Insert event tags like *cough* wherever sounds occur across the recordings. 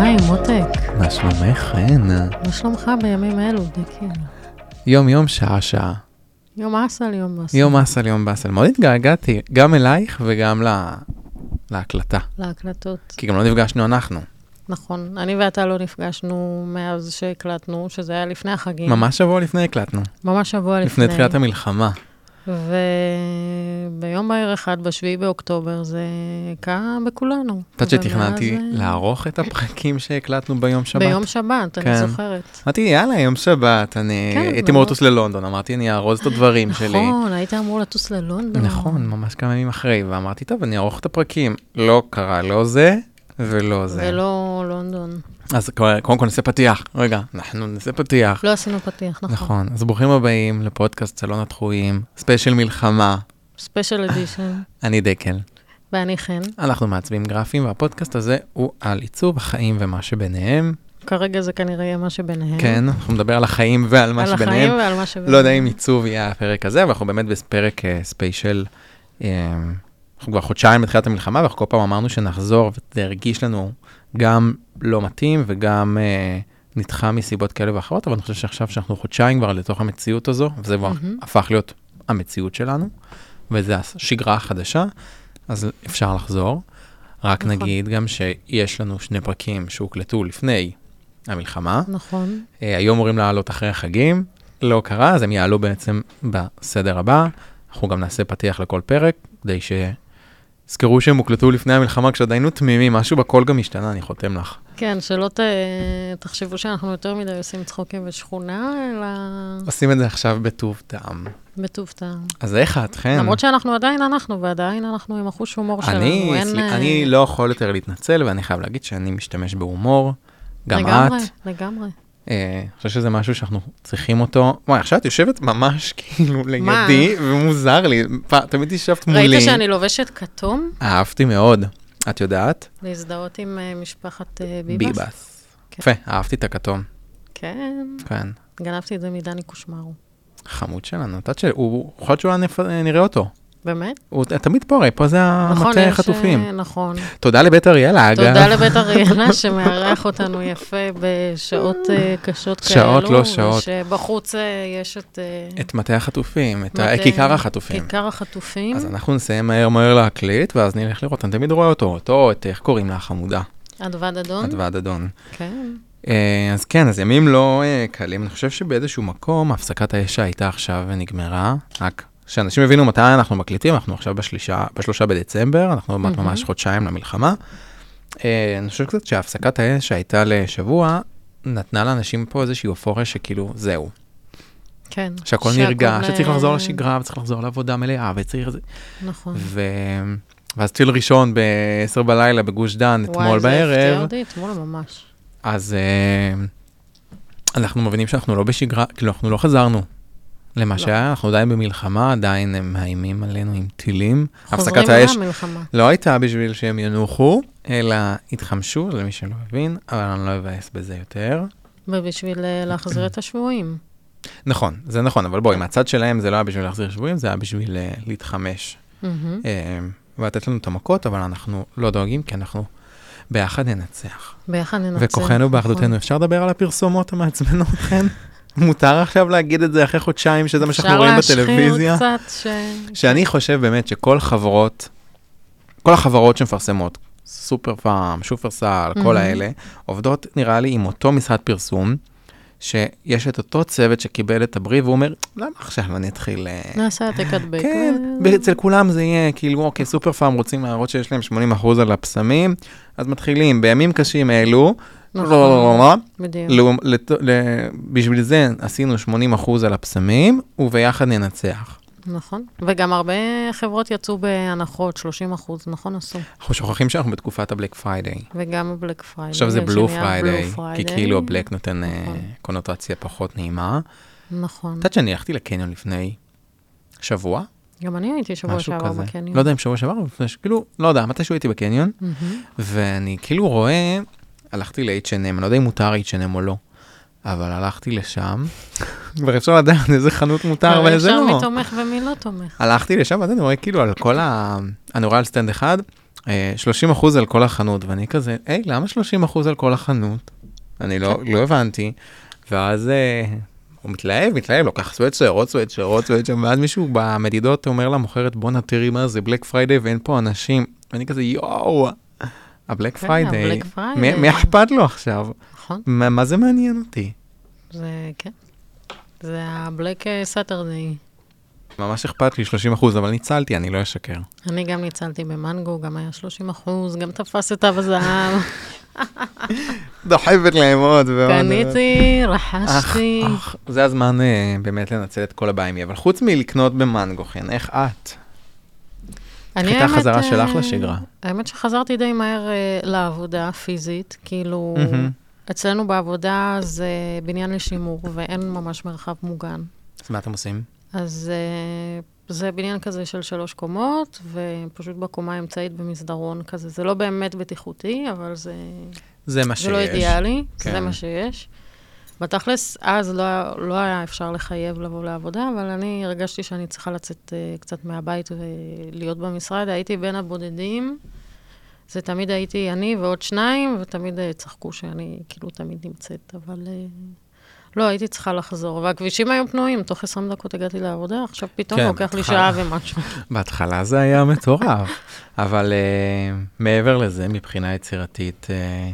מרתק. מה שלומך, חן? מה שלומך בימים אלו, דקל? יום-יום, שעה-שעה. יום אסל, יום אסל. יום אסל, יום באסל. מאוד התגעגעתי, גם אלייך וגם לה- להקלטה. להקלטות. כי גם לא נפגשנו אנחנו. נכון. אני ואתה לא נפגשנו מאז שהקלטנו, שזה היה לפני החגים. ממש שבוע לפני הקלטנו. ממש שבוע לפני. לפני תחילת המלחמה. וביום בהיר אחד, בשביעי באוקטובר, זה קם בכולנו. את יודעת שתכננתי ומאז, אה, לערוך את הפרקים שהקלטנו ביום שבת? ביום שבת, כן. אני זוכרת. אמרתי, יאללה, יום שבת, אני כן, הייתי אמור מאוד. לטוס ללונדון, אמרתי, אני אארוז את הדברים שלי. נכון, היית אמור לטוס ללונדון. נכון, ממש כמה ימים אחרי, ואמרתי, טוב, אני אערוך את הפרקים. לא קרה לא זה ולא זה. ולא לונדון. אז כבר- קודם כל נעשה פתיח. רגע, אנחנו נעשה פתיח. לא עשינו פתיח, נכון. נכון, אז ברוכים הבאים לפודקאסט סלון התחויים, ספיישל מלחמה. ספיישל אדישן. אני דקל. ואני כן. חן. אנחנו מעצבים גרפים, והפודקאסט הזה הוא על עיצוב החיים ומה שביניהם. כרגע זה כנראה יהיה מה שביניהם. כן, אנחנו נדבר על החיים ועל מה על החיים שביניהם. ועל מה שביניהם. לא יודע אם עיצוב יהיה הפרק הזה, אבל אנחנו באמת בפרק אה, ספיישל. אה, אנחנו כבר חודשיים בתחילת המלחמה, ואנחנו כל פעם אמרנו שנחזור, וזה הרגיש לנו גם לא מתאים וגם אה, נדחה מסיבות כאלה ואחרות, אבל אני חושב שעכשיו שאנחנו חודשיים כבר לתוך המציאות הזו, וזה כבר מהמם. הפך להיות המציאות שלנו, וזו השגרה החדשה, אז אפשר לחזור. רק נכון. נגיד גם שיש לנו שני פרקים שהוקלטו לפני המלחמה. נכון. אה, היו אמורים לעלות אחרי החגים, לא קרה, אז הם יעלו בעצם בסדר הבא. אנחנו גם נעשה פתיח לכל פרק, כדי שזכרו שהם הוקלטו לפני המלחמה כשעוד היינו תמימים, משהו בקול גם השתנה, אני חותם לך. כן, שלא ת... תחשבו שאנחנו יותר מדי עושים צחוקים בשכונה, אלא עושים את זה עכשיו בטוב טעם. בטוב טעם. אז איך את, חן? למרות שאנחנו עדיין אנחנו, ועדיין אנחנו עם החוש הומור שלנו. אני, אין, סלי- אה, אני לא יכול יותר להתנצל, ואני חייב להגיד שאני משתמש בהומור, גם לגמרי, את. לגמרי. אה, אני חושב שזה משהו שאנחנו צריכים אותו. וואי, עכשיו את יושבת ממש כאילו לידי, ומוזר לי. פעם- תמיד ישבת מולי. ראית שאני לובשת כתום? אהבתי מאוד. את יודעת? להזדהות עם אה, משפחת אה, ביבס? ביבס. כן. יפה, אהבתי את הכתום. כן, כן. גנבתי את זה מדני קושמרו. חמוד שלנו. את יודעת שהוא, יכול להיות שאולי נפ- נראה אותו. באמת? הוא ת- תמיד פה הרי, פה זה נכון, המטה יש, החטופים. אה, נכון. תודה לבית אריאלה, אגב. תודה לבית אריאלה שמארח אותנו יפה בשעות אה, קשות כאלו. שעות, לא שעות. שבחוץ אה, יש את אה, את מטה החטופים, את ה- מטה- כיכר החטופים. כיכר החטופים. אז אנחנו נסיים מהר מהר להקליט, ואז נלך לראות. אני תמיד רואה אותו, אותו, את איך קוראים לה החמודה, אדווד אדון. את ועד אדון. כן. אה, אז כן, אז ימים לא אה, קלים. אני חושב שבאיזשהו מקום הפסקת האש הייתה עכשיו ונגמרה. רק שאנשים יבינו מתי אנחנו מקליטים, אנחנו עכשיו בשלישה, בשלושה בדצמבר, אנחנו עוד מעט מהמם. ממש חודשיים למלחמה. אה, אני חושב קצת שהפסקת האש שהייתה לשבוע, נתנה לאנשים פה איזושהי אופוריה שכאילו, זהו. כן. שהכל נרגע, שהכל, שצריך אה, לחזור לשגרה, וצריך לחזור לעבודה מלאה, וצריך... זה. נכון. ו... ואז טיל ראשון ב-10 בלילה בגוש דן, אתמול וואי, זה הפתיע בערב. אותי אתמול ממש. אז אה, אנחנו מבינים שאנחנו לא בשגרה, כאילו אנחנו לא חזרנו למה לא. שהיה, אנחנו עדיין במלחמה, עדיין הם מאיימים עלינו עם טילים. חוזרים הפסקת האש מהמלחמה. לא הייתה בשביל שהם ינוחו, אלא התחמשו, למי שלא הבין, אבל אני לא אבאס בזה יותר. ובשביל אה, להחזיר את השבויים. נכון, זה נכון, אבל בואי, מהצד שלהם זה לא היה בשביל להחזיר שבויים, זה היה בשביל אה, להתחמש מהמם. אה, ולתת לנו את המכות, אבל אנחנו לא דואגים, כי אנחנו ביחד ננצח. ביחד ננצח. וכוחנו באחדותנו. אפשר לדבר על הפרסומות המעצבנות, חן? מותר עכשיו להגיד את זה אחרי חודשיים, שזה מה שאנחנו רואים בטלוויזיה? אפשר להשחיר קצת ש... שאני חושב באמת שכל חברות, כל החברות שמפרסמות, סופר פארם, שופרסל, כל Mhm. האלה, עובדות נראה לי עם אותו משרד פרסום, שיש את אותו צוות שקיבל את הבריף, והוא אומר, למה עכשיו אני אתחיל... אה, נעשה העתק הדבק. כן, ו- ב- אצל כולם זה יהיה כאילו, אוקיי, סופר פארם רוצים להראות שיש להם 80% על הבשמים, אז מתחילים בימים קשים אלו, לא, נכון. כן. לא, לא, לא, בדיוק. לעומ- לת- ל- בשביל זה עשינו 80% על הבשמים, וביחד ננצח. נכון, וגם הרבה חברות יצאו בהנחות, 30 אחוז, נכון עשו, אנחנו שוכחים שאנחנו בתקופת הבלק פריידיי. וגם הבלק פריידי. עכשיו זה בלו פריידיי, כי כאילו הבלק נותן אה, נכון. קונוטציה פחות נעימה. את נכון, יודעת שאני הלכתי לקניון לפני שבוע, גם אני הייתי שבוע משהו שעבר כזה. בקניון. לא יודע אם שבוע שעבר, אבל לפני ש- כאילו, לא יודע, מתישהו הייתי בקניון, מהמם. ואני כאילו רואה, הלכתי ל-H&M, אני לא יודע אם מותר H&M או לא, אבל הלכתי לשם, *laughs* כבר אפשר לדעת איזה חנות מותר אבל ואיזה אפשר לא. מי תומך ומי לא תומך. הלכתי לשם, ואז אני רואה כאילו על כל ה... אני רואה על סטנד אחד, אה, 30 אחוז על כל החנות, ואני כזה, היי, למה 30 אחוז על כל החנות? אני לא, לא הבנתי. ואז אה, הוא מתלהב, מתלהב, לוקח סוואצ'ר, עוד סוואצ'ר, עוד סוואצ'ר, ואז מישהו במדידות אומר למוכרת, בואנה תראי מה זה בלק פריידיי ואין פה אנשים. ואני כזה, יואו, הבלק כן, פריידיי, ה-Black Friday. מי מי אכפת לו עכשיו? נכון, מה מה זה מעניין אותי? זה כן. זה הבלק אה, סאטרדיי. ממש אכפת לי 30 אחוז, אבל ניצלתי, אני לא אשקר. אני גם ניצלתי במנגו, גם היה 30 אחוז, גם תפס את אב הזהב. דוחפת להם עוד ועוד. קניתי, אך, רכשתי. אך, זה הזמן אה, באמת לנצל את כל הבעיה, אבל חוץ מלקנות במנגו, חן, איך את? אני חיטה האמת, חזרה אה, שלך לשגרה. האמת שחזרתי די מהר אה, לעבודה פיזית, כאילו, מהמם. אצלנו בעבודה זה בניין לשימור, ואין ממש מרחב מוגן. אז מה אתם עושים? אז אה, זה בניין כזה של שלוש קומות, ופשוט בקומה האמצעית במסדרון כזה. זה לא באמת בטיחותי, אבל זה, זה מה שיש. זה לא אידיאלי, כן. זה כן. מה שיש. בתכלס, אז לא, היה- לא היה אפשר לחייב לבוא לעבודה, אבל אני הרגשתי שאני צריכה לצאת אה, קצת מהבית ולהיות במשרד. הייתי בין הבודדים, זה תמיד הייתי אני ועוד שניים, ותמיד אה, צחקו שאני כאילו תמיד נמצאת, אבל... אה, לא, הייתי צריכה לחזור, והכבישים היו פנויים, תוך 20 דקות הגעתי לעבודה, עכשיו פתאום כן, לוקח לי צריכה- שעה ומשהו. בהתחלה זה היה *laughs* מטורף, אבל אה, מעבר לזה, מבחינה יצירתית... אה,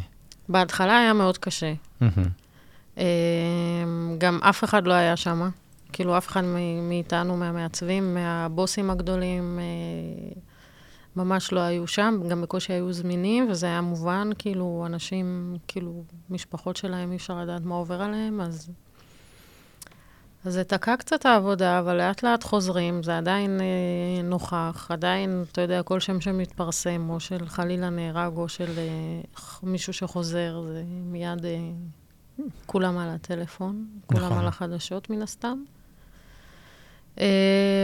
בהתחלה היה מאוד קשה. מהמם. אמ, גם אף אחד לא היה שם, כאילו אף אחד מ- מאיתנו, מהמעצבים, מהבוסים הגדולים, אה, ממש לא היו שם, גם בקושי היו זמינים, וזה היה מובן, כאילו, אנשים, כאילו, משפחות שלהם, אי אפשר לדעת מה עובר עליהם, אז... אז זה תקע קצת העבודה, אבל לאט לאט חוזרים, זה עדיין אה, נוכח, עדיין, אתה יודע, כל שם שמתפרסם, או של חלילה נהרג, או של אה, ח- מישהו שחוזר, זה מיד אה, כולם על הטלפון, כולם נכון. על החדשות מן הסתם. אה,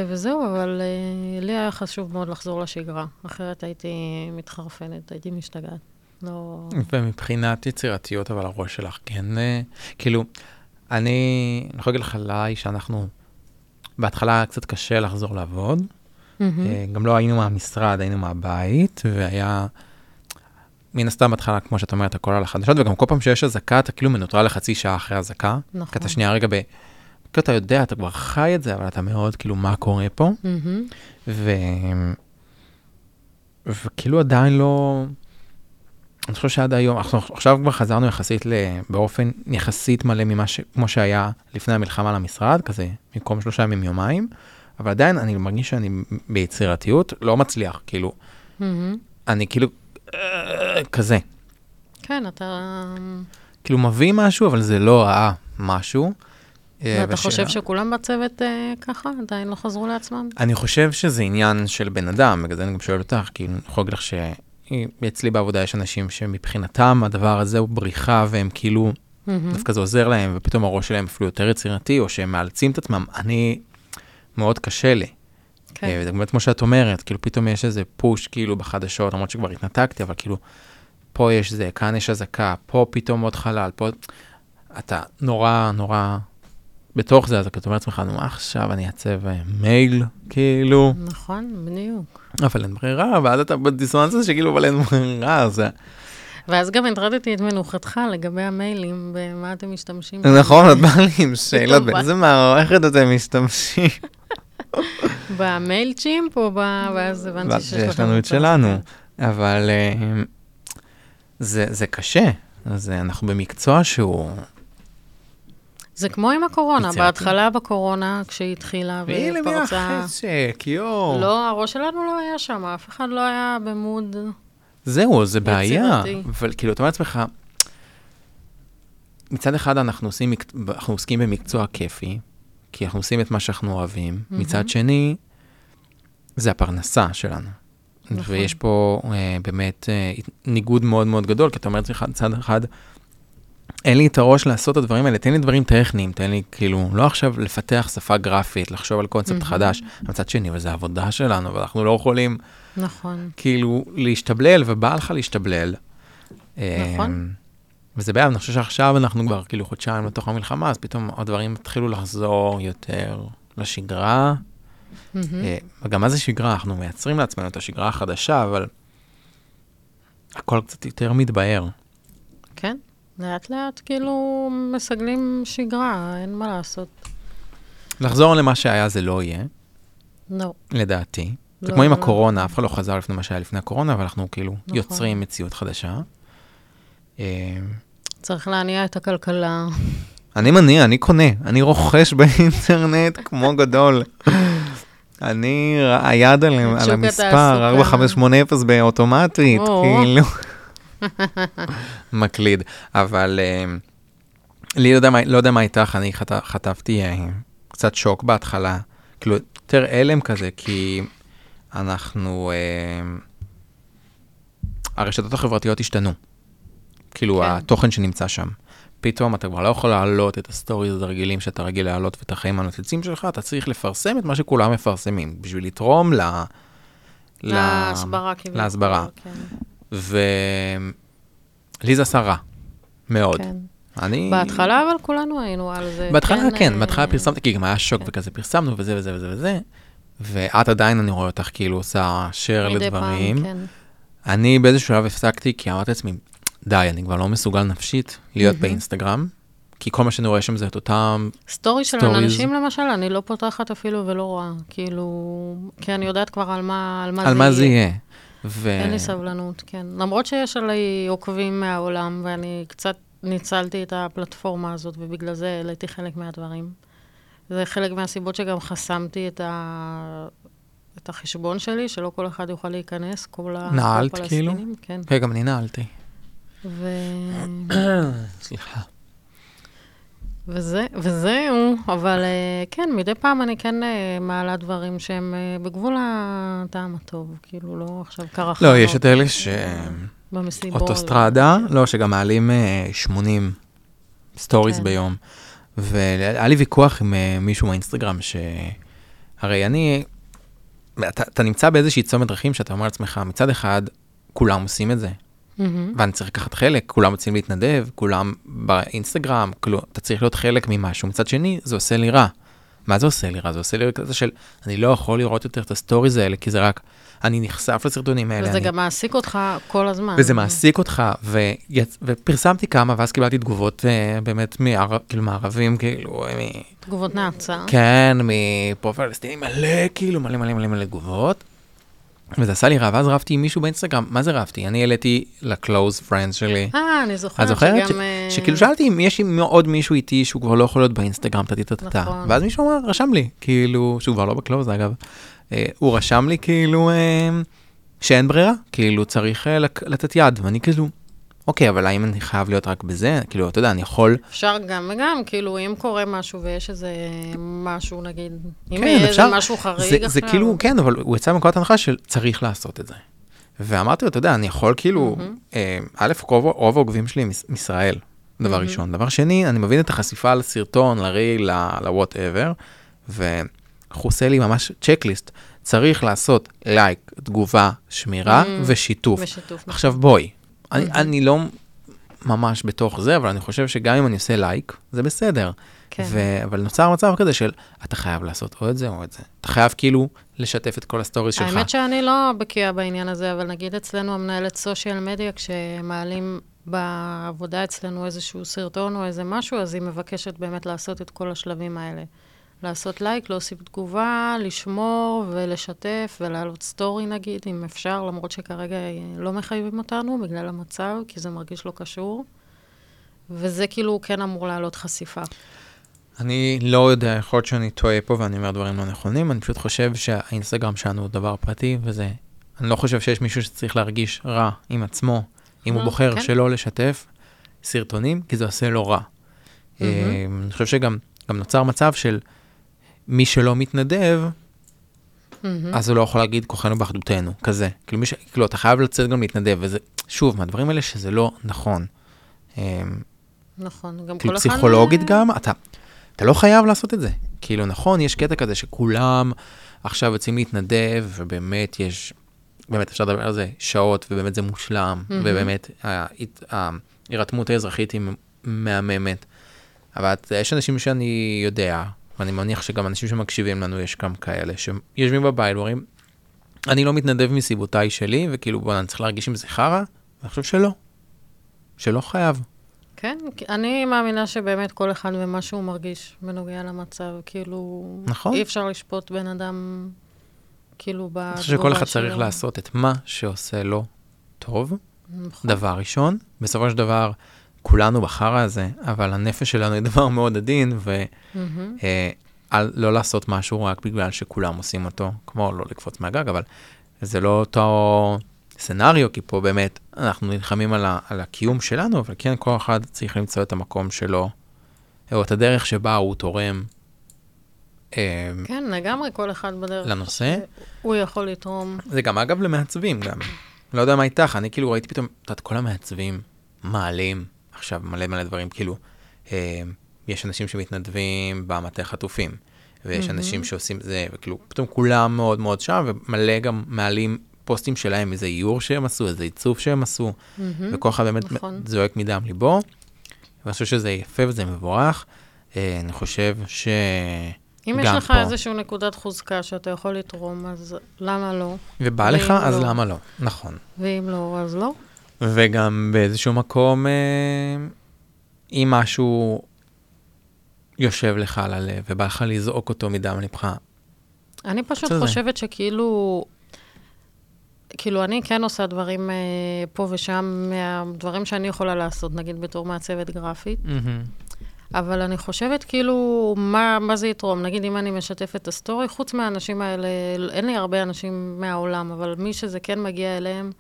וזהו, אבל אה, לי היה חשוב מאוד לחזור לשגרה, אחרת הייתי מתחרפנת, הייתי משתגעת. לא... ומבחינת יצירתיות, אבל הראש שלך כן, אה, כאילו, אני, אני יכול להגיד לך עליי שאנחנו, בהתחלה היה קצת קשה לחזור לעבוד, אה, גם לא היינו מהמשרד, היינו מהבית, והיה... מן הסתם בהתחלה, כמו שאת אומרת, הכל על החדשות, וגם כל פעם שיש אזעקה, אתה כאילו מנוטרל לחצי שעה אחרי האזעקה. נכון. כי אתה שנייה רגע ב... כאילו אתה יודע, אתה כבר חי את זה, אבל אתה מאוד כאילו מה קורה פה, מהמם. ו... וכאילו עדיין לא... אני חושב שעד היום, אנחנו עכשיו כבר חזרנו יחסית ל... באופן יחסית מלא ממה ש... כמו שהיה לפני המלחמה למשרד, כזה, במקום שלושה ימים יומיים, אבל עדיין אני מרגיש שאני ביצירתיות לא מצליח, כאילו, מהמם. אני כאילו אה, כזה, כן, אתה... כאילו מביא משהו, אבל זה לא ראה משהו. אה, ואתה והשאלה- חושב שכולם בצוות אה, ככה? עדיין לא חזרו לעצמם? אני חושב שזה עניין של בן אדם, בגלל זה אני גם שואל אותך, כי אני יכול להגיד לך שאצלי בעבודה יש אנשים שמבחינתם הדבר הזה הוא בריחה, והם כאילו, מהמם. דווקא זה עוזר להם, ופתאום הראש שלהם אפילו יותר יצירתי, או שהם מאלצים את עצמם. אני, מאוד קשה לי. כן. אה, זה באמת כמו שאת אומרת, כאילו פתאום יש איזה פוש כאילו בחדשות, למרות שכבר התנתקתי, אבל כאילו, פה יש זה, כאן יש אזעקה, פה פתאום עוד חלל, פה... אתה נורא נורא בתוך זה, אז אתה אומר לעצמך, נו, מה עכשיו אני אעצב אה, מייל, כאילו, נכון, בדיוק. אבל אין ברירה, ואז אתה בדיסוננס הזה שכאילו, אבל אין ברירה, זה... ואז גם הטרדתי את מנוחתך לגבי המיילים, במה אתם משתמשים. נכון, את באה לי עם שאלות, בא. באיזה מערכת אתם משתמשים? במייל צ'ימפ או ב... ואז הבנתי ואז שיש שיש לנו את מצב. שלנו, כן. אבל אה, זה, זה קשה, זה, אנחנו במקצוע שהוא... זה כמו עם הקורונה, יצירתי. בהתחלה בקורונה, כשהיא התחילה והנה מי ופרצה... החשק, יואו. לא, הראש שלנו לא היה שם, אף אחד לא היה במוד. זהו, זה בעיה. יצירתי. אבל כאילו, אתה אומר לעצמך, מצד אחד אנחנו, עושים, מק- אנחנו עוסקים במקצוע כיפי, כי אנחנו עושים את מה שאנחנו אוהבים, מהמם. מצד שני, זה הפרנסה שלנו. נכון. ויש פה אה, באמת אה, ניגוד מאוד מאוד גדול, כי אתה אומר לעצמך, מצד אחד, אין לי את הראש לעשות את הדברים האלה, תן לי דברים טכניים, תן לי כאילו, לא עכשיו לפתח שפה גרפית, לחשוב על קונספט מהמם. חדש, מצד שני, אבל זה העבודה שלנו, ואנחנו לא יכולים נכון. כאילו להשתבלל, ובא לך להשתבלל. נכון. אה, וזה בעיה, אני חושב שעכשיו אנחנו כבר כאילו חודשיים לתוך המלחמה, אז פתאום הדברים התחילו לחזור יותר לשגרה. מהמם. אה, וגם מה זה שגרה? אנחנו מייצרים לעצמנו את השגרה החדשה, אבל הכל קצת יותר מתבהר. כן, לאט לאט כאילו מסגלים שגרה, אין מה לעשות. לחזור למה שהיה זה לא יהיה, לא. לדעתי. זה לא, כמו עם לא. הקורונה, אף אחד לא חזר לפני מה שהיה לפני הקורונה, אבל אנחנו כאילו נכון. יוצרים מציאות חדשה. אה, צריך להניע את הכלכלה. אני מניע, אני קונה, אני רוכש באינטרנט כמו גדול. אני, ר- היד על, את על שוק המספר, התעסוקה. 4580 באוטומטית, או. *laughs* כאילו. מקליד. אבל אה, לי לא יודע מה- לא יודע מה איתך, אני חט- חטפתי אה, קצת שוק בהתחלה. כאילו, יותר הלם כזה, כי אנחנו... אה, הרשתות החברתיות השתנו. כאילו, כן. התוכן שנמצא שם. פתאום אתה כבר לא יכול להעלות את הסטוריז הרגילים שאתה רגיל להעלות ואת החיים הנוצצים שלך, אתה צריך לפרסם את מה שכולם מפרסמים, בשביל לתרום ל... ל- להסברה כאילו. להסברה. כן, ולי זה עשה רע, מאוד. כן. אני... בהתחלה אבל כולנו היינו על זה. בהתחלה כן, אה, כן. בהתחלה פרסמתי, כי גם היה שוק וכזה פרסמנו וזה וזה וזה וזה, ואת עדיין, אני רואה אותך כאילו עושה share מדי פעם, לדברים. כן. אני באיזשהו שלב הפסקתי, כי אמרתי לעצמי, די, אני כבר לא מסוגל נפשית להיות מהמם. באינסטגרם, כי כל מה שאני רואה שם זה את אותם, סטורי של סטוריז. אנשים למשל, אני לא פותחת אפילו ולא רואה. כאילו, כי אני יודעת כבר על מה על מה זה על מה זה יהיה. ו... אין לי סבלנות, כן. למרות שיש עליי עוקבים מהעולם, ואני קצת ניצלתי את הפלטפורמה הזאת, ובגלל זה העליתי חלק מהדברים. זה חלק מהסיבות שגם חסמתי את, ה... את החשבון שלי, שלא כל אחד יוכל להיכנס, כל ה- נעלת, כל כאילו? הפלסטינים, כן. כן, גם אני נעלתי. ו... סליחה. אה, וזה, וזהו, אבל אה, כן, מדי פעם אני כן אה, מעלה דברים שהם אה, בגבול הטעם הטוב, כאילו לא עכשיו קרחנות לא, יש את אה, אלה ש... במסיבות. אוטוסטרדה, לא, שגם מעלים אה, 80 סטוריז כן. ביום. והיה לי ויכוח עם אה, מישהו מהאינסטגרם, ש- הרי אני, אתה אתה נמצא באיזושהי צומת דרכים שאתה אומר לעצמך, מצד אחד, כולם עושים את זה, מהמם. ואני צריך לקחת חלק, כולם רוצים להתנדב, כולם באינסטגרם, כאילו, אתה צריך להיות חלק ממשהו. מצד שני, זה עושה לי רע. מה זה עושה לי רע? זה עושה לי רע כזה של, אני לא יכול לראות יותר את הסטוריז האלה, כי זה רק, אני נחשף לסרטונים האלה. וזה אני... גם מעסיק אותך כל הזמן. וזה מעסיק אותך, ויצ... ופרסמתי כמה, ואז קיבלתי תגובות uh, באמת מערב, כאילו, מערבים, כאילו, מ... תגובות נאצה. כן, מפה פלסטינים מלא, כאילו, מלא מלא מלא מלא תגובות. וזה עשה לי רע, ואז רבתי עם מישהו באינסטגרם, מה זה רבתי? אני העליתי לקלוז פרנדס שלי. אה, אני זוכרת את זוכרת? ש- שגם... אה, שכאילו שאלתי אם יש עם עוד מישהו איתי שהוא כבר לא יכול להיות באינסטגרם, טה-טה-טה-טה. נכון. ואז מישהו אמר, רשם לי, כאילו, שהוא כבר לא בקלוז אגב, אה, הוא רשם לי כאילו אה, שאין ברירה, כאילו צריך אה, לק- לתת יד, ואני כאילו, אוקיי, אבל האם אני חייב להיות רק בזה? כאילו, אתה יודע, אני יכול, אפשר גם וגם, כאילו, אם קורה משהו ויש איזה משהו, נגיד, אם כן, יהיה איזה אפשר. משהו חריג זה, עכשיו... זה כאילו, כן, אבל הוא יצא מנקודת הנחה של צריך לעשות את זה. ואמרתי לו, אתה יודע, אני יכול כאילו, אה, א', רוב רוב העוקבים שלי הם מס- מישראל, דבר ראשון. דבר שני, אני מבין את החשיפה לסרטון, לריל, ל-whatever, והוא עושה לי ממש צ'קליסט. צריך לעשות לייק, תגובה, שמירה ושיתוף. בשיתוף. נכון. עכשיו בואי, אני, אוקיי. אני לא ממש בתוך זה, אבל אני חושב שגם אם אני עושה לייק, זה בסדר. כן. ו... אבל נוצר מצב כזה של, אתה חייב לעשות או את זה או את זה. אתה חייב כאילו לשתף את כל הסטוריז שלך. האמת שאני לא בקיאה בעניין הזה, אבל נגיד אצלנו המנהלת סושיאל מדיה, כשמעלים בעבודה אצלנו איזשהו סרטון או איזה משהו, אז היא מבקשת באמת לעשות את כל השלבים האלה. לעשות לייק, להוסיף תגובה, לשמור ולשתף ולהעלות סטורי נגיד, אם אפשר, למרות שכרגע אה, לא מחייבים אותנו בגלל המצב, כי זה מרגיש לא קשור. וזה כאילו כן אמור להעלות חשיפה. אני לא יודע, יכול להיות שאני טועה פה ואני אומר דברים לא נכונים, אני פשוט חושב שהאינסטגרם שלנו הוא דבר פרטי, וזה... אני לא חושב שיש מישהו שצריך להרגיש רע עם עצמו, אם הוא אה, בוחר כן. שלא לשתף סרטונים, כי זה עושה לו רע. אה, אני חושב שגם גם נוצר מצב של מי שלא מתנדב, מהמם. אז הוא לא יכול להגיד כוחנו באחדותנו, כזה. כאילו, מי ש... כאילו אתה חייב לצאת גם להתנדב, וזה, שוב, מהדברים האלה שזה לא נכון. אמ, נכון, גם כל כאילו אחד... פסיכולוגית אה, גם, אתה, אתה לא חייב לעשות את זה. כאילו, נכון, יש קטע כזה שכולם עכשיו יוצאים להתנדב, ובאמת יש, באמת אפשר לדבר על זה שעות, ובאמת זה מושלם, mm-hmm. ובאמת ההת- ההירתמות האזרחית היא מהממת. אבל את- יש אנשים שאני יודע, ואני מניח שגם אנשים שמקשיבים לנו, יש גם כאלה שיושבים בבית ואומרים, אני לא מתנדב מסיבותיי שלי, וכאילו, בוא'נה, אני צריך להרגיש עם זה חרא, ואני חושב שלא. שלא חייב. כן, כי אני מאמינה שבאמת כל אחד ומה שהוא מרגיש בנוגע למצב, כאילו... נכון. אי אפשר לשפוט בן אדם, כאילו, בתגובה שלו. אני חושב שכל אחד צריך לעשות את מה שעושה לו טוב, נכון. דבר ראשון. בסופו של דבר, כולנו בחרא הזה, אבל הנפש שלנו היא דבר מאוד עדין, ו... מהמם. אה, על לא לעשות משהו רק בגלל שכולם עושים אותו, כמו לא לקפוץ מהגג, אבל זה לא אותו סנאריו, כי פה באמת אנחנו נלחמים על, ה, על הקיום שלנו, אבל כן כל אחד צריך למצוא את המקום שלו, או את הדרך שבה הוא תורם אה, כן, לגמרי כל אחד בדרך. לנושא. הוא יכול לתרום. זה גם אגב למעצבים גם. לא יודע מה איתך, אני כאילו ראיתי פתאום, את יודעת, כל המעצבים מעלים עכשיו מלא מלא דברים, כאילו, אה, יש אנשים שמתנדבים במטה חטופים, ויש אנשים שעושים זה, וכאילו, פתאום כולם מאוד מאוד שם, ומלא גם מעלים פוסטים שלהם, איזה איור שהם עשו, איזה עיצוב שהם עשו, מהמם. וכל אחד באמת נכון. זועק מדם ליבו, ואני חושב שזה יפה וזה מבורך. אה, אני חושב ש... אם יש גם לך פה. איזושהי נקודת חוזקה שאתה יכול לתרום, אז למה לא? ובא לך, ואם אז לא. למה לא? נכון. ואם לא, אז לא. וגם באיזשהו מקום, אה, אם משהו יושב לך על הלב ובא לך לזעוק אותו מדם לבך, אני פשוט בסדר. חושבת שכאילו, כאילו, אני כן עושה דברים אה, פה ושם, מהדברים שאני יכולה לעשות, נגיד בתור מעצבת גרפית, Mm-hmm. אבל אני חושבת כאילו, מה, מה זה יתרום? נגיד, אם אני משתפת את הסטורי, חוץ מהאנשים האלה, אין לי הרבה אנשים מהעולם, אבל מי שזה כן מגיע אליהם,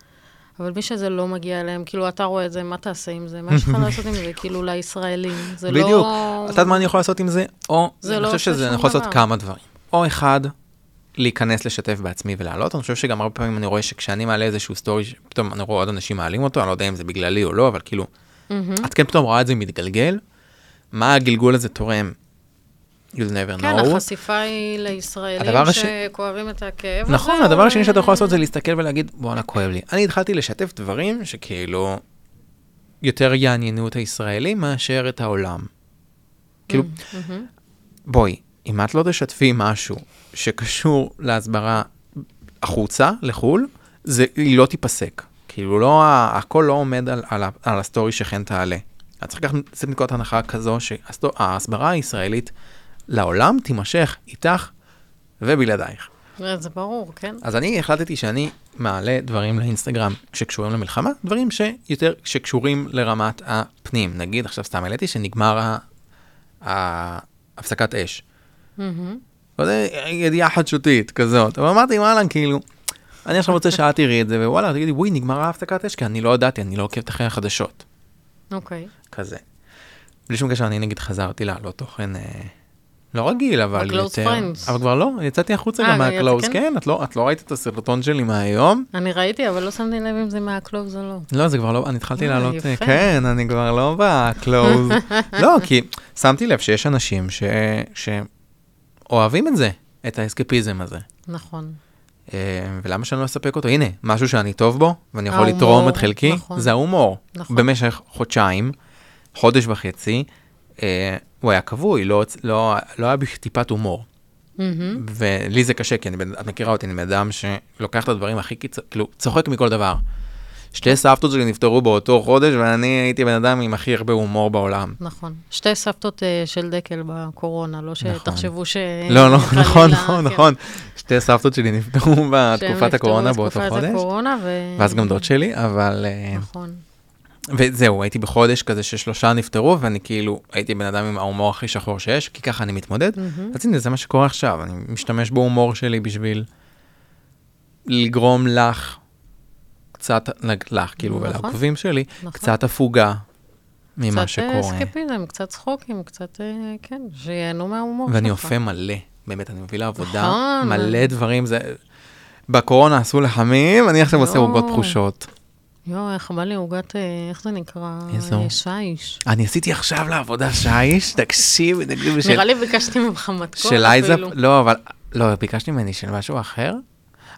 אבל מי שזה לא מגיע אליהם, כאילו, אתה רואה את זה, מה תעשה עם זה? מה יש לך לעשות עם זה? כאילו, לישראלים. זה לא... בדיוק. את יודעת מה אני יכול לעשות עם זה? או, זה אני לא חושב עושה שזה, שום אני יכול לעשות דבר. כמה דברים. או אחד, להיכנס לשתף בעצמי ולהעלות. אני חושב שגם הרבה פעמים אני רואה שכשאני מעלה איזשהו סטורי, פתאום אני רואה עוד אנשים מעלים אותו, אני לא יודע אם זה בגללי או לא, אבל כאילו, מהמם. את כן פתאום רואה את זה מתגלגל, מה הגלגול הזה תורם? You'll never know. כן, החשיפה היא לישראלים לא. הדבר הש- שכואבים את הכאב נכון, הזה, הדבר או- השני שאתה יכול לעשות זה להסתכל ולהגיד, בואנה, כואב לי. אני התחלתי לשתף דברים שכאילו יותר יעניינו את הישראלים מאשר את העולם. כאילו, מהמם. בואי, אם את לא תשתפי משהו שקשור להסברה החוצה, לחו"ל, זה, היא לא תיפסק. כאילו, לא, ה- הכל לא עומד על, על, ה- על הסטורי שכן תעלה. את צריכה לקחת- לצאת מנקודת הנחה כזו שההסברה הישראלית לעולם תימשך איתך ובלעדייך. זה ברור, כן. אז אני החלטתי שאני מעלה דברים לאינסטגרם שקשורים למלחמה, דברים שיותר שקשורים לרמת הפנים. נגיד, עכשיו סתם העליתי שנגמר ה- ה- הפסקת אש. מהמם. וזה ידיעה חדשותית כזאת. אבל אמרתי, וואלה, כאילו, אני עכשיו רוצה שאת תראי את זה, ווואלה, תגידי, וואי, נגמרה הפסקת אש, כי אני לא ידעתי, אני לא עוקבת אחרי החדשות. אוקיי. כזה. בלי שום קשר, אני נגיד חזרתי לעלות תוכן אה, לא רגיל, אבל ב-close יותר... friends. אבל כבר לא, יצאתי החוצה אה, גם גם יצא- מהקלוז, כן? כן, את לא- את לא ראית את הסרטון שלי מהיום? אני ראיתי, אבל לא שמתי לב אם זה מהקלוב או לא. לא, זה כבר לא, אני התחלתי אה, לעלות, יפה. אה, כן, אני כבר לא *laughs* בקלוז. לא, כי שמתי לב שיש אנשים ש... שאוהבים את זה, את האסקפיזם הזה. נכון. אה, ולמה שאני לא אספק אותו? הנה, משהו שאני טוב בו, ואני יכול ההומור, לתרום את חלקי, נכון. זה ההומור. נכון. במשך חודשיים, חודש וחצי, אה, הוא היה כבוי, לא, לא, לא היה בי טיפת הומור. מהמם. ולי זה קשה, כי אני, בן- את מכירה אותי, אני בן אדם שלוקח את הדברים הכי קיצור, כאילו, צוחק מכל דבר. שתי סבתות שלי נפטרו באותו חודש, ואני הייתי בן אדם עם הכי הרבה הומור בעולם. נכון. שתי סבתות אה, של דקל בקורונה, לא שתחשבו ש... נכון. לא, לא, אה, חלילה, נכון, נכון, כן. נכון. שתי סבתות שלי נפטרו שהם בתקופת נפטרו הקורונה באותו בתקופת חודש, הקורונה, ו... ואז גם דוד שלי, אבל... אה, נכון. וזהו, הייתי בחודש כזה ששלושה נפטרו, ואני כאילו הייתי בן אדם עם ההומור הכי שחור שיש, כי ככה אני מתמודד. מהמם. אז הנה, זה מה שקורה עכשיו, אני משתמש בהומור שלי בשביל לגרום לך, קצת, לך, כאילו, נכון. ולעוקבים שלי, נכון. קצת הפוגה ממה קצת אה, שקורה. אסקפיזם, קצת צחוקים, קצת, אה, כן, שיהנו מההומור שלך. ואני אופה מלא, באמת, אני מביא לעבודה נכון. מלא דברים, זה... בקורונה עשו לחמים, אני עכשיו עושה לא. עוגות תחושות. יואו, איך בא לי עוגת, אה, איך זה נקרא? איזו? אה, שיש. אני עשיתי עכשיו לעבודה שיש, תקשיב, תקשיב, של- נראה לי ביקשתי ממך מתכון של אייזאפ, אפילו. לא, אבל, לא, ביקשתי ממני של משהו אחר,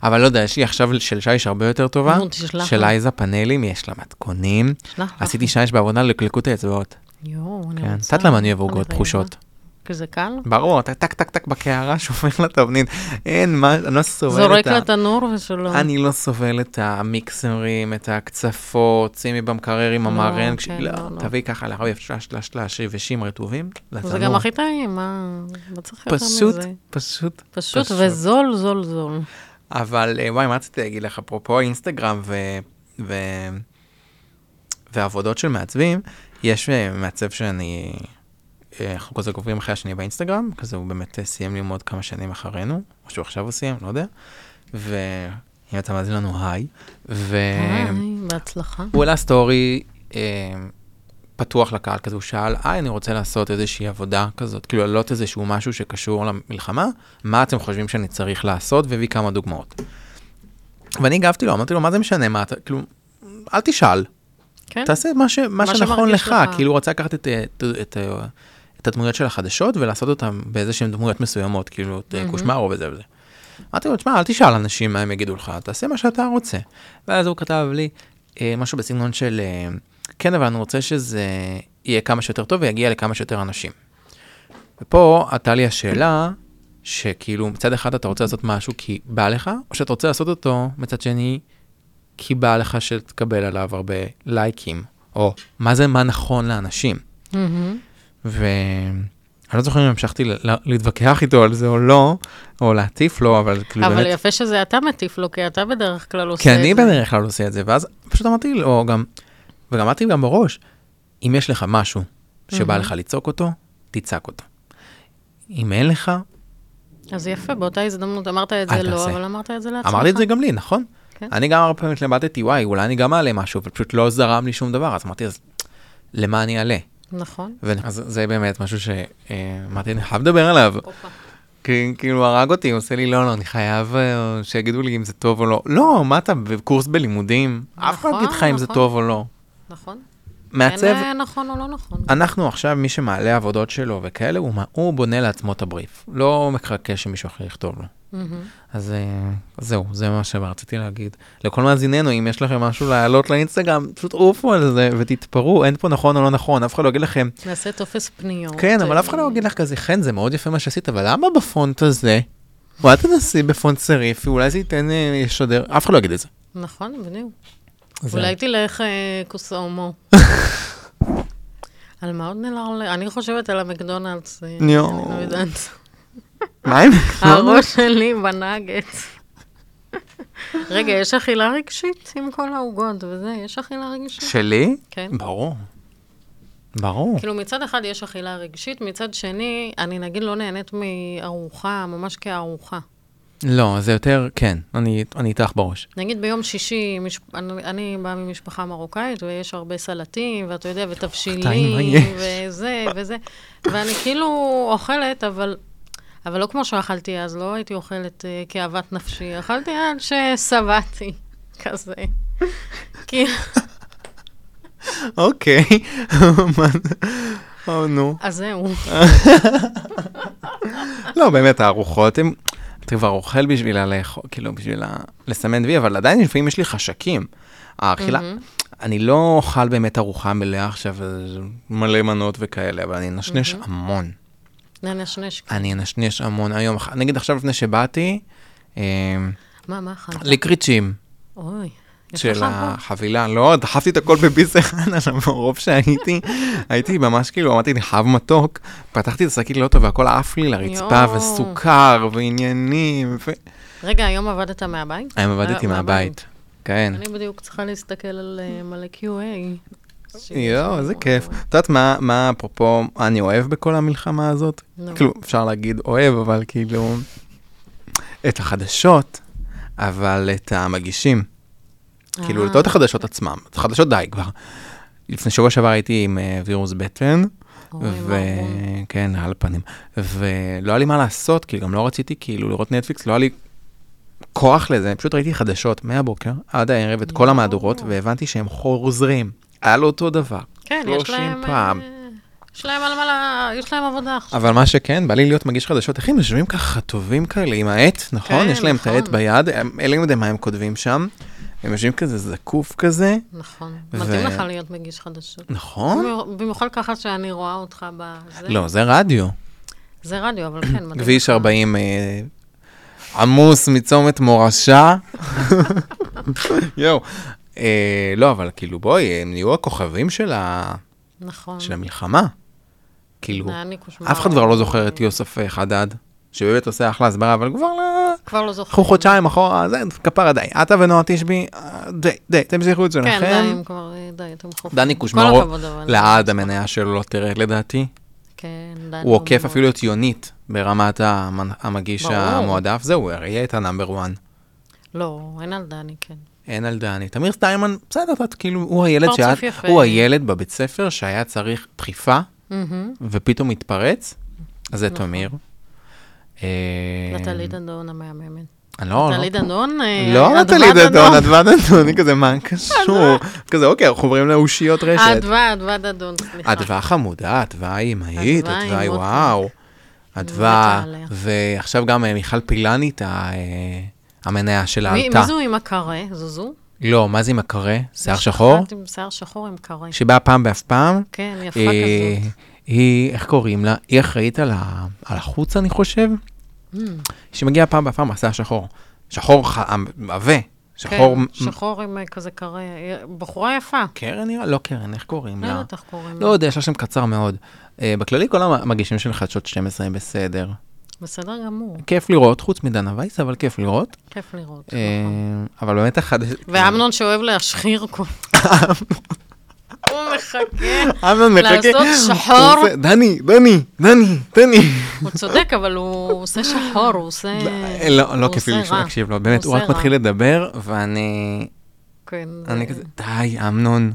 אבל לא יודע, יש לי עכשיו של שיש הרבה יותר טובה, נו, תשלח של לה. אייזאפ פאנלים, יש לה מתכונים, שלח לך. עשיתי שיש בעבודה לקלקות האצבעות, יואו, אני כן, רוצה. קצת למה אני אוהב אני עוגות רעבה. תחושות, כי זה קל. ברור, אתה טק טק טק בקערה, שופך לתבנית, אין מה, אני לא סובל את ה... זורק לתנור ושלום. אני לא סובל את המיקסרים, את ההקצפות, שימי במקרר עם לא, המרן, כש- כן, לא, לא, לא. תביאי ככה לערב שלש, שלש, שלש, יבשים רטובים, לתנור. זה גם הכי טעים, מה? לא צריך יותר פשוט, מזה. פשוט. פשוט פשוט. וזול, זול, זול. אבל אה, וואי, מה רציתי להגיד לך, אפרופו אינסטגרם ו... ו... ועבודות של מעצבים, יש אה, מעצב שאני... אה, אנחנו כזה גוברים אחרי השני באינסטגרם, כזה הוא באמת אה, סיים ללמוד כמה שנים אחרינו, או שהוא עכשיו הוא סיים, לא יודע. ואם אתה מאזין לנו, היי. ו... היי, בהצלחה. הוא העלה סטורי אה, פתוח לקהל כזה, הוא שאל, היי, אני רוצה לעשות איזושהי עבודה כזאת, כאילו להעלות איזשהו משהו שקשור למלחמה, מה אתם חושבים שאני צריך לעשות, והביא כמה דוגמאות. ואני הגבתי לו, אמרתי לו, מה זה משנה, מה אתה, כאילו, אל תשאל, כן? תעשה מה, ש, מה מה שנכון שמרגיש לך, לך. כאילו הוא רצה לקחת את, את, את, את הדמויות של החדשות ולעשות אותן באיזשהן דמויות מסוימות, כאילו את mm-hmm. קושמרו וזה וזה. אמרתי לו, תשמע, אל תשאל אנשים מה הם יגידו לך, תעשה מה שאתה רוצה. ואז הוא כתב לי אה, משהו בסגנון של, אה, כן, אבל אני רוצה שזה יהיה כמה שיותר טוב ויגיע לכמה שיותר אנשים. ופה עלתה לי השאלה, שכאילו מצד אחד אתה רוצה לעשות משהו כי בא לך, או שאתה רוצה לעשות אותו מצד שני כי בא לך שתקבל עליו הרבה לייקים, או מה זה מה נכון לאנשים. מהמם. ואני לא זוכר אם המשכתי ל- ל- להתווכח איתו על זה או לא, או להטיף לו, אבל כאילו אבל באמת... יפה שזה אתה מטיף לו, כי אתה בדרך כלל עושה כי את זה. אני בדרך כלל עושה את זה, ואז פשוט אמרתי לו גם, וגם אמרתי גם בראש, אם יש לך משהו שבא לך לצעוק אותו, תצעק אותו. אם אין לך, אז יפה, באותה הזדמנות אמרת את אל זה לא, אה, תעשה. אבל אמרת את זה לעצמך. אמרתי את זה גם לי, נכון? כן. אני גם הרבה פעמים התלבטתי, וואי, אולי אני גם אעלה משהו, אבל פשוט לא זרם לי שום דבר, אז אמרתי, אז למה אני אעלה? נכון. ו- אז זה באמת משהו שאמרתי, אני חייב לדבר עליו. כי- כאילו, הרג אותי, עושה לי, לא, לא, אני חייב אה, שיגידו לי אם זה טוב או לא. לא, מה אתה בקורס בלימודים? אף אחד לא נכון, יגיד לך אם זה נכון. טוב או לא. נכון. אין מעצב, אה, נכון או לא נכון. אנחנו עכשיו, מי שמעלה עבודות שלו וכאלה, הוא מה- הוא בונה לעצמו את הבריף. לא מחכה שמישהו אחר יכתוב לו. מהמם. אז אה, זהו, זה מה שרציתי להגיד. לכל מאזיננו, אם יש לכם משהו להעלות לאינסטגרם, פשוט עופו על זה ותתפרעו, אין פה נכון או לא נכון, אף אחד לא יגיד לכם, נעשה טופס פניות. אה, כן, אבל אף אחד לא יגיד לך כזה, חן, זה מאוד יפה מה שעשית, אבל למה בפונט הזה? אולי תנסי בפונט סריף, אולי זה ייתן, אה, ישדר, אף אחד לא יגיד את זה. נכון, בדיוק. זה- אולי תלך אה, כוס *laughs* הומו. על מה עוד נלעל? אני חושבת על המקדונלדס. אה, אני יואו. לא יודעת. מה עם... לא, הראש שלי בנאגץ. רגע, יש אכילה רגשית עם כל העוגות וזה? יש אכילה רגשית? שלי? כן. ברור. ברור. כאילו מצד אחד יש אכילה רגשית, מצד שני, אני נגיד לא נהנית מארוחה, ממש כארוחה. לא, זה יותר, כן, אני אני איתך בראש. נגיד ביום שישי, מש... אני, אני באה ממשפחה מרוקאית, ויש הרבה סלטים, ואתה יודע, טעים, מה ותבשילים, יש? וזה, וזה. ואני כאילו אוכלת, אבל, אבל לא כמו שאכלתי אז, לא הייתי אוכלת אה, כאוות נפשי, אכלתי עד ששבעתי, כזה. כאילו, אוקיי. *laughs* מה זה? או, נו. אז זהו. לא, באמת, הארוחות הן... אתה כבר אוכל בשביל הלאכול, כאילו, בשביל ה- לסמן וי, אבל עדיין לפעמים יש לי חשקים. האכילה, אני לא אוכל באמת ארוחה מלאה עכשיו, אז מלא מנות וכאלה, אבל אני אנשנש המון. ננשנש. אני אנשנש המון היום. אח- נגיד עכשיו לפני שבאתי, אה, מה, מה אכלת? לקריצ'ים אוי. יש לך של פה? החבילה, לא, דחפתי את הכל בביס אחד, *laughs* אבל מרוב שהייתי, הייתי ממש כאילו, אמרתי, אני חייב מתוק, פתחתי את השקית לא טוב, והכל עף לי לרצפה, יואו. וסוכר, ועניינים, ו... רגע, היום עבדת מהבית? היום עבדתי אה, מהבית. כן. אני בדיוק צריכה להסתכל על אה, מלא QA. יואו, איזה כיף. את יודעת מה, מה אפרופו אני אוהב בכל המלחמה הזאת? נו. כאילו, אפשר להגיד אוהב, אבל כאילו... את החדשות, אבל את המגישים. כאילו, אה. לא את החדשות עצמם, את החדשות די כבר. לפני שבוע שעבר הייתי עם אה, וירוס בטן, אוי, ו... ואבוי. כן, על הפנים. ולא היה לי מה לעשות, כי גם לא רציתי כאילו לראות נטפליקס, לא היה לי כוח לזה, פשוט ראיתי חדשות מהבוקר עד הערב את כל יואו. המהדורות, והבנתי שהם חוזרים על אותו דבר. כן, יש 30 להם... פעם. אה, יש להם על מה ל... יש להם עבודה עכשיו. אבל מה שכן, בא לי להיות מגיש חדשות, איך הם יושבים ככה טובים כאלה עם העט, נכון? כן, יש להם את העט נכון. ביד, הם- אין לי יודע מה הם כותבים שם, הם יושבים כזה זקוף כזה, נכון. ו- מתאים לך להיות מגיש חדשות. נכון? במיוחד ככה שאני רואה אותך בזה. לא, זה רדיו. זה רדיו, אבל כן. מדהים. כביש 40 אה, עמוס מצומת מורשה. יואו. אה, לא, אבל כאילו, בואי, הם נהיו הכוכבים של ה- נכון. של המלחמה. כאילו, זה היה ניקוש אף אחד מר. כבר לא זוכר את יוסף אה, חדד, שבאמת עושה אחלה הסברה, אבל כבר לא... כבר לא זוכר. אנחנו חודשיים אחורה, זה כפרה די. אתה ונועה תשבי, אה, די, די, תמשיכו את כן, שלכם. די, הם כבר, אה, די, אתם חופרים. דני כל קושמרו, הכבוד, אבל. לעד המניה שלו לא תרד לדעתי. כן, דני. הוא עוקף מאוד- אפילו את יונית ברמת המנ- המגיש ברור. המועדף, זהו, אריה הייתה נאמבר 1. לא, אין על דני, כן. אין על דני. תמיר סטיימן, בסדר, את כאילו, הוא הילד פרצוף שאת, יפה. הוא הילד בבית ספר שהיה צריך דחיפה, מהמם. ופתאום התפרץ, אז זה תמיר. אה, נכון. נטלי דנדון המהממת. אני כן. לא, נטלי לא- דנדון? אה, לא אדווה נטלי דדון, אדוה דדון, אני כזה, מה לא- קשור? כזה, אוקיי, אנחנו חוברים לאושיות רשת. אדווה, אדווה דדון, סליחה. אדווה חמודה, אדווה היא אמהית, אדווה אדווה היא עם מותק. וואו. אדווה, מתה עליה. ועכשיו גם אה, מיכל פילנית, ה- אה, המניה שלה מי עלתה. מי זו עם הקרה? זו זו? לא, מה זה עם הקרה? שיער שחור? אחת עם שיער שחור עם קרה. שבאה פעם באף פעם. כן, יפה אה, כזאת. היא, איך קוראים לה? היא אחראית על ה- על החוץ, אני חושב. Mm, שמגיעה פעם באף פעם, השיער שחור. שחור ח- אה, עבה. שחור... כן, שחור עם אה, כזה קרה. אה, בחורה יפה. קרן נראה? לא קרן, איך קוראים לא לה? יודעת איך קוראים לה. לא יודע, יש לה שם קצר מאוד. אה, בכללי, כל המגישים של חדשות 12 הם בסדר. בסדר גמור, כיף לראות, חוץ מדנה וייס, אבל כיף לראות. כיף לראות. אה, נכון. אבל באמת החדש... ואמנון שאוהב להשחיר *laughs* כל... הוא מחכה. אמנון לעשות שחור. הוא עושה, דני, דני, דני, דני. הוא צודק, אבל הוא עושה שחור, הוא עושה... לא, לא אה, הוא כיף לי עושה לשמוע, רע. להקשיב לו, באמת, הוא הוא רק עושה רע. מתחיל לדבר, ואני כן, אני זה- כזה, די, אמנון,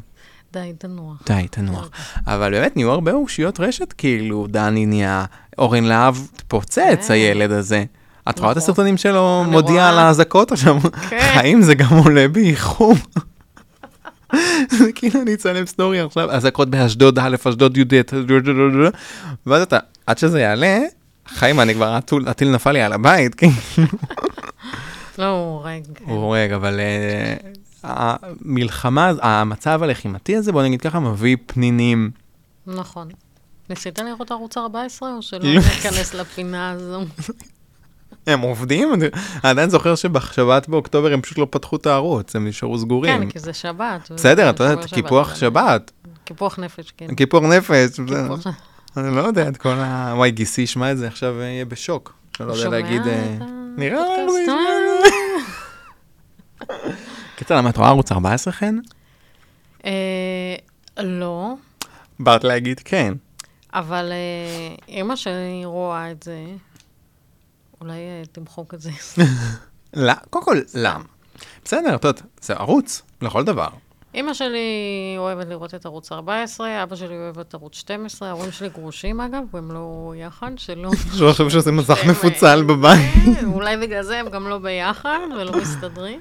די, תנוח. די, תנוח. אבל באמת, נהיו הרבה אושיות רשת, כאילו, דני נהיה, אורן להב פוצץ, כן. הילד הזה. את רואה נכון. את הסרטונים שלו אני מודיע רואה. על האזעקות עכשיו? כן. חיים זה גם עולה באיחור. זה כאילו אני אצלם סטורי עכשיו, אזעקות באשדוד א', אשדוד י"ד, ואז אתה, עד שזה יעלה, חיים, אני כבר, הטיל- הטיל נפל לי על *laughs* הבית, כאילו. לא, הוא רגע. הוא הורג, אבל אה, המלחמה, הז- המצב הלחימתי הזה, בוא נגיד ככה, מביא פנינים. נכון. ניסית לראות ערוץ 14 או שלא לא. ניכנס לפינה הזו? הם עובדים? אני עדיין זוכר שבשבת באוקטובר הם פשוט לא פתחו את הערוץ, הם נשארו סגורים. כן, כי זה שבת. בסדר, וזה את יודעת, שומר קיפוח שבת, קיפוח נפש, כן. קיפוח נפש, קיפוח זה- אני לא יודע, את כל ה... וואי, גיסי ישמע את זה, עכשיו אה, יהיה בשוק. אני לא יודע שומע להגיד... את אה, הפודקאסט? נראה לך זה ישמע את *laughs* זה. קיצר, למה את רואה ערוץ 14 חן? אה, לא, באת להגיד כן. אבל אה, אימא שלי רואה את זה. אולי אה, תמחוק *laughs* את זה. לא, קודם כל, למה? בסדר, את יודעת, זה ערוץ לכל דבר. אימא שלי אוהבת לראות את ערוץ 14, אבא שלי אוהב את ערוץ 12, ההורים שלי גרושים אגב, והם לא יחד, *laughs* שלא... שלא חושב שעושה מסך שהם, מפוצל אה, בבית. כן, אולי בגלל זה הם גם לא ביחד ולא מסתדרים.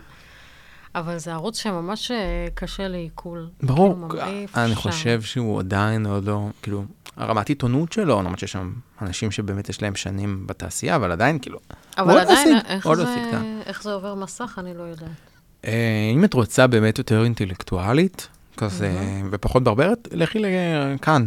אבל זה ערוץ שממש אה, קשה לעיכול. ברור, כאילו, ממאיף, אני שם. חושב שהוא עדיין עוד לא, כאילו, הרמת עיתונות שלו, למרות שיש שם אנשים שבאמת יש להם שנים בתעשייה, אבל עדיין, כאילו, אבל עוד עדיין, להשיג, איך עוד זה- להשיג, כן. איך זה עובר מסך, אני לא יודעת. אה, אם את רוצה באמת יותר אינטלקטואלית, כזה, ופחות ברברת, לכי לכאן,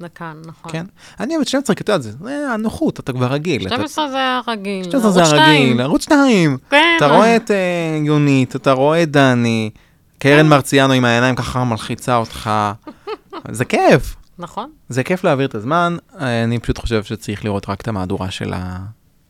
לכאן, נכון. כן? אני אוהב את 12, כי את יודעת, זה- זה הנוחות, אתה כבר רגיל. אתה- 12 זה הרגיל. 12 זה ערוץ הרגיל, שתיים. ערוץ 2. כן. אתה רואה את אה, יונית, אתה רואה את דני, קרן מרציאנו עם העיניים ככה מלחיצה אותך. זה כיף. נכון. זה כיף להעביר את הזמן, אני פשוט חושב שצריך לראות רק את המהדורה של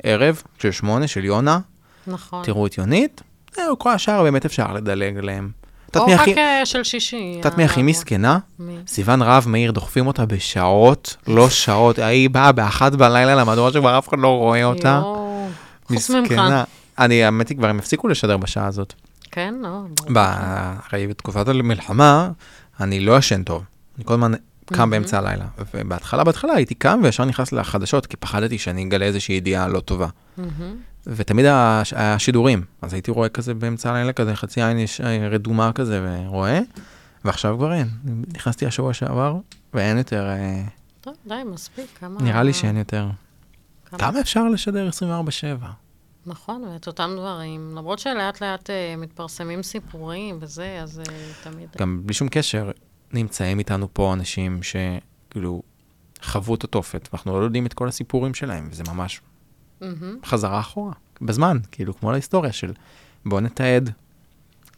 הערב, של שמונה, של יונה, נכון. תראו את יונית, זהו, כל השאר באמת אפשר לדלג עליהם. את יודעת או מי רק הכי- אה, של שישי. את יודעת מי הכי הערוץ. מסכנה? מי? סיוון רהב מאיר, דוחפים אותה בשעות, לא שעות, היא באה באחת בלילה למהדורה שכבר אף אחד לא רואה אותה. יואו. חוץ ממך. מסכנה. אני, האמת היא, כבר הם הפסיקו לשדר בשעה הזאת. כן, לא. ברור. ב- הרי בתקופת המלחמה, אני לא ישן טוב. אני כל הזמן קם באמצע הלילה. ובהתחלה, בהתחלה הייתי קם וישר נכנס לחדשות, כי פחדתי שאני אגלה איזושהי ידיעה לא טובה. מהמם. ותמיד הש- השידורים, אז הייתי רואה כזה באמצע הלילה, כזה חצי עין יש- אה, רדומה כזה, ורואה, ועכשיו כבר אין. נכנסתי השבוע שעבר, ואין יותר, אה, טוב, די, מספיק. כמה... נראה לי שאין יותר. כמה- כמה אפשר לשדר 24/7? נכון, ואת אותם דברים. למרות שלאט לאט אה, מתפרסמים סיפורים וזה, אז אה, תמיד... גם בלי שום קשר, נמצאים איתנו פה אנשים שכאילו חוו את התופת, ואנחנו לא יודעים את כל הסיפורים שלהם, וזה ממש מהמם. חזרה אחורה, בזמן, כאילו, כמו להיסטוריה של בוא נתעד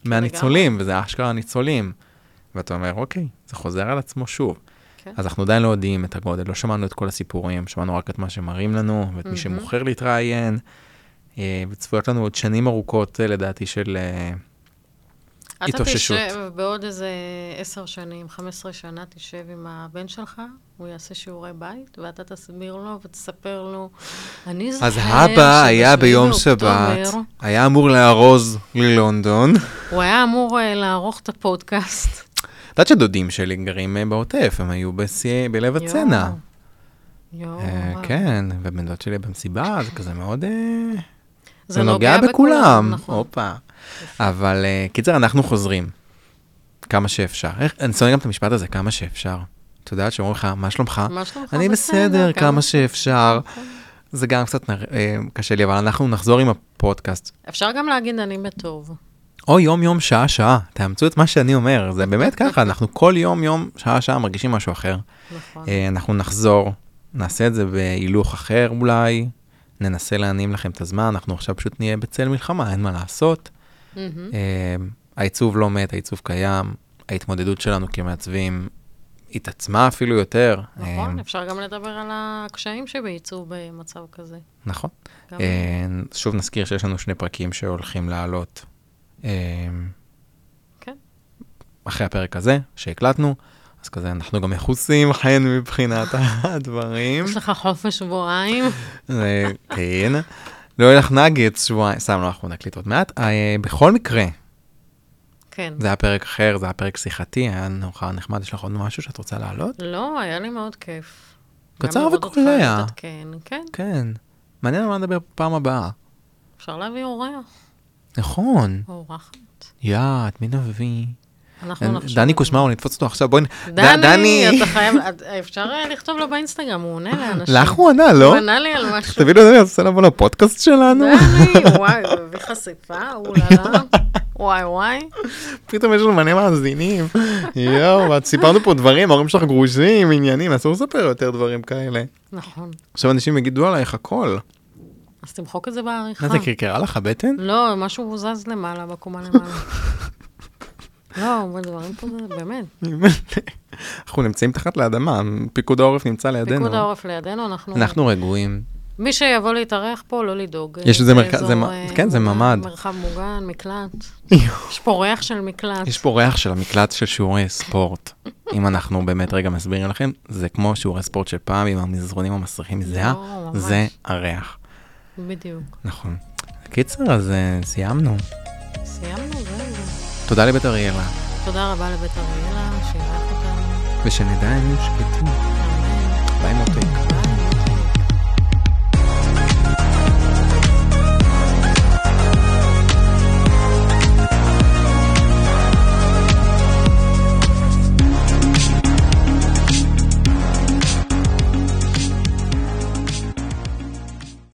מהניצולים, וזה אשכרה הניצולים. ואתה אומר, אוקיי, זה חוזר על עצמו שוב. כן. אז אנחנו עדיין לא יודעים את הגודל, לא שמענו את כל הסיפורים, שמענו רק את מה שמראים לנו, ואת מי מהמם. שמוכר להתראיין, אה, וצפויות לנו עוד שנים ארוכות, אה, לדעתי, של... אה, התאוששות. אתה תשב בעוד איזה עשר שנים, 15 שנה, תשב עם הבן שלך, הוא יעשה שיעורי בית, ואתה תסביר לו ותספר לו, אני זוכר אז האבא היה שבשביעי ביום באוקטובר שבת, היה אמור לארוז ללונדון. הוא היה אמור אה, לערוך את הפודקאסט. את יודעת שדודים שלי גרים אה, בעוטף, הם היו בשיא- בלב הצנע. יואו. אה, יואו. כן, ובן דוד שלי במסיבה, זה כזה מאוד... אה, זה נוגע בכולם, נכון. הופה. אבל אה, קיצר, אנחנו חוזרים. כמה שאפשר. איך- אני שונא גם את המשפט הזה, כמה שאפשר. את יודעת שאומרים לך, מה שלומך? מה שלומך? אני בסדר, כן. כמה שאפשר. זה גם קצת נר- אה, קשה לי, אבל אנחנו נחזור עם הפודקאסט. אפשר גם להגיד אני בטוב. או יום-יום, שעה-שעה. תאמצו את מה שאני אומר, זה באמת ככה, אנחנו כל יום-יום, שעה-שעה מרגישים משהו אחר. נכון. אה, אנחנו נחזור, נעשה את זה בהילוך אחר אולי, ננסה להנעים לכם את הזמן, אנחנו עכשיו פשוט נהיה בצל מלחמה, אין מה לעשות. Mm-hmm. מהמם. אה, העיצוב לא מת, העיצוב קיים, ההתמודדות שלנו כמעצבים התעצמה אפילו יותר. נכון, אה, אפשר גם לדבר על הקשיים שבייצוב במצב כזה. נכון. גם- אה, שוב נזכיר שיש לנו שני פרקים שהולכים לעלות. אה, כן. אחרי הפרק הזה שהקלטנו, אז כזה אנחנו גם מכוסים חן מבחינת *laughs* הדברים. יש לך חופש שבועיים? אה, כן. לא יהיה לך נגץ שבועיים, סתם, לא, אנחנו נקליט עוד מעט. אה, בכל מקרה, כן. זה היה פרק אחר, זה היה פרק שיחתי, היה נורא נחמד, יש לך עוד משהו שאת רוצה להעלות? לא, היה לי מאוד כיף. קצר גם לראות אותך וקולע. מתעדכן, כן, כן. מעניין על מה נדבר פעם הבאה. אפשר להביא אורח, נכון. אורחת. יא, את מי נביא? נכון, אנחנו נחשוב. על אה, דני זה. קושמרו, נתפוס אותו עכשיו, בואי... נ- ד- דני, אתה חייב, את- אפשר אה, לכתוב לו באינסטגרם, הוא עונה לאנשים. לך הוא ענה, לא? הוא ענה לי על משהו. תביא לו, דני, אז לבוא לפודקאסט *laughs* שלנו. *laughs* דני, וואי, הוא הביא חשיפה, אוללה. וואי וואי. פתאום יש לנו מלא מאזינים. יואו, את סיפרנו פה דברים, ההורים שלך גרושים, עניינים, אסור לספר יותר דברים כאלה. נכון. עכשיו אנשים יגידו עלייך הכל. אז תמחוק את זה בעריכה. מה זה, כן? קרקרה לך *laughs* בטן? לא, משהו זז למעלה, בקומה *laughs* למעלה. לא, אבל דברים פה זה באמת. אנחנו נמצאים תחת לאדמה, פיקוד העורף נמצא לידינו. פיקוד העורף לידינו, אנחנו... אנחנו רגועים. מי שיבוא להתארח פה, לא לדאוג. יש לזה מרק- באזור, זה מ- אה, כן, זה מוגן, ממ"ד. מרחב מוגן, מקלט. יש פה ריח של מקלט. יש פה ריח של המקלט של שיעורי ספורט. אם אנחנו באמת רגע מסבירים לכם, זה כמו שיעורי ספורט של פעם עם המזרונים המסריחים, זה ה- לא, ממש. זה הריח. בדיוק. נכון. קיצר, אז אה, סיימנו. סיימנו, זהו. תודה לבית אריאלה, תודה רבה לבית אריאלה, שאירח אותנו. ושנדע אם הם שקטים. אמן. ביי מותק.